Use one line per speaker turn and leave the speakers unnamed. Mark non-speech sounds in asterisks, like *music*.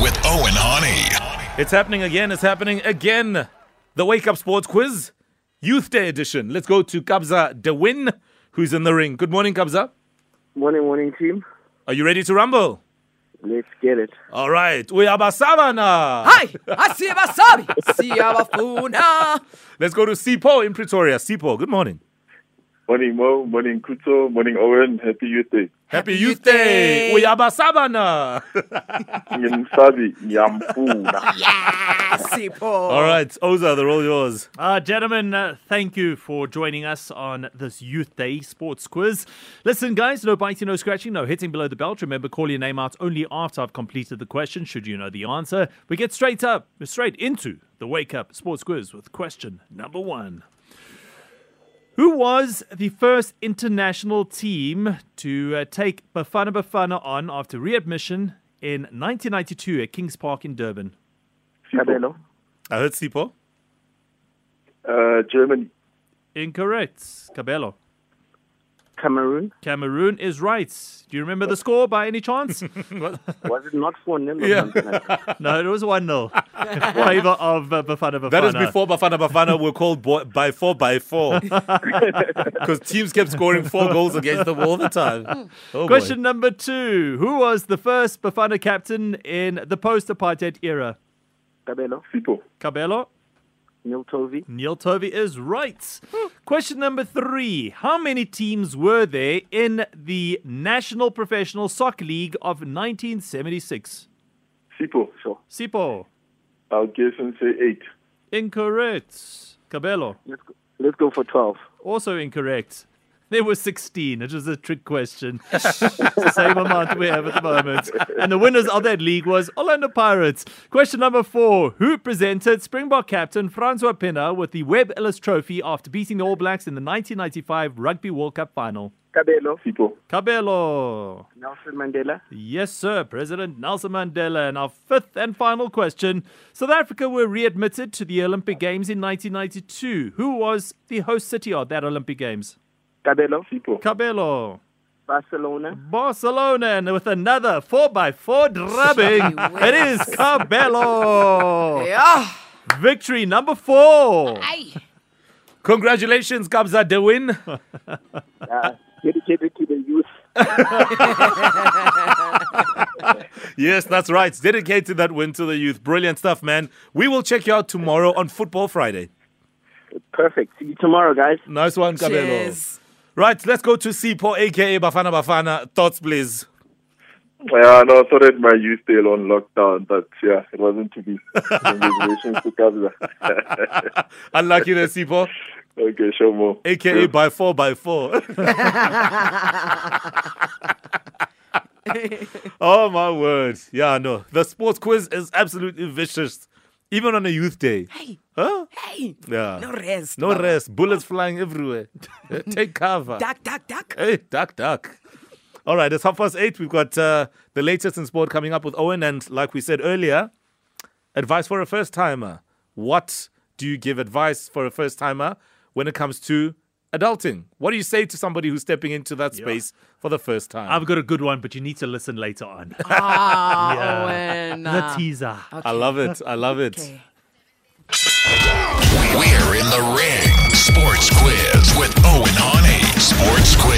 with Owen Honey.
It's happening again. It's happening again. The Wake Up Sports Quiz, Youth Day edition. Let's go to Kabza Dewin, who's in the ring. Good morning, Kabza.
Morning, morning, team.
Are you ready to rumble?
Let's get it.
All right. We are Basavana.
Hi, I see wasabi, see wafuna.
Let's go to Sipo in Pretoria. Sipo, good morning.
Morning Mo, morning Kuto, morning Owen, happy Youth Day.
Happy,
Youth Day.
We are Basavana.
Ngimsabi, ngiyamfuna.
All right. Oza, they're all yours.
Uh, gentlemen, uh, thank you for joining us on this Youth Day sports quiz. Listen, guys, no biting, no scratching, no hitting below the belt. Remember, call your name out only after I've completed the question. Should you know the answer, we get straight up, straight into the Wake Up Sports Quiz with question number one. Who was the first international team to uh, take Bafana Bafana on after readmission in 1992 at Kings Park in Durban?
Tabelo.
I heard Sipo.
Uh, Germany,
Incorrect. Cabello.
Cameroon.
Cameroon is right. Do you remember the score by any chance?
Was it not 4 nil?
Yeah.
*laughs*
no, it was 1
*laughs*
0. In favor of uh, Bafana
*laughs*
Bafana.
That is before Bafana Bafana were called bo- by four by four. Because teams kept scoring four goals against them all the time. Oh, boy.
Question number two Who was the first Bafana captain in the post apartheid era?
Tabelo.
Sipo,
Cabello.
Nil Tovi.
Neil Tovey is right. Question number three How many teams were there in the National Professional Soccer League of 1976?
Sipo.
Sure.
Sipo.
I'll guess and say eight.
Incorrect. Cabello.
Let's go, let's go for 12.
Also incorrect. There were 16. It was a trick question. *laughs* It's the same amount we have at the moment. And the winners of that league was Orlando Pirates. Question number four. Who presented Springbok captain Francois Pena with the Webb Ellis Trophy after beating the All Blacks in the 1995 Rugby World Cup final?
Tabelo.
Sipo,
Cabello.
Nelson Mandela.
Yes, sir, President Nelson Mandela. And our fifth and final question South Africa were readmitted to the Olympic Games in 1992. Who was the host city of that Olympic Games?
Tabelo.
Sipo.
Cabello.
Barcelona.
Barcelona, and with another 4x4 drubbing, it is Cabello.
Yeah.
Victory number four.
Congratulations, Kabza Dewin.
Uh, dedicated to the youth.
*laughs* Yes, that's right. Dedicated that win to the youth. Brilliant stuff, man. We will check you out tomorrow on Football Friday.
Perfect. See you tomorrow, guys.
Nice one, Cabello.
Cheers.
Right, let's go to Sipo, aka Bafana Bafana. Thoughts, please.
Yeah, no, I thought it my youth day on lockdown, but yeah, it wasn't to be. Congratulations to Kabza. *laughs*
Unlucky there, Sipo,
okay, show more.
aka by four by four. *laughs* oh my word! Yeah, no, the sports quiz is absolutely vicious, even on a youth day.
Hey,
Huh?
hey.
Yeah.
No rest.
No rest. Bullets flying
*laughs*
everywhere. Eh, Take cover.
Duck, duck, duck.
Hey, duck, duck. All right, it's half past eight. We've got uh, the latest in sport coming up with Owen. And like we said earlier, advice for a first timer. What do you give advice for a first timer when it comes to adulting? What do you say to somebody who's stepping into that space for the first time?
I've got a good one, but you need to listen later on.
Ah,
Yeah.
Owen.
The teaser.
I love it. I love it.
Okay.
We're in the ring. Sports Quiz with Owen Honey. Sports Quiz.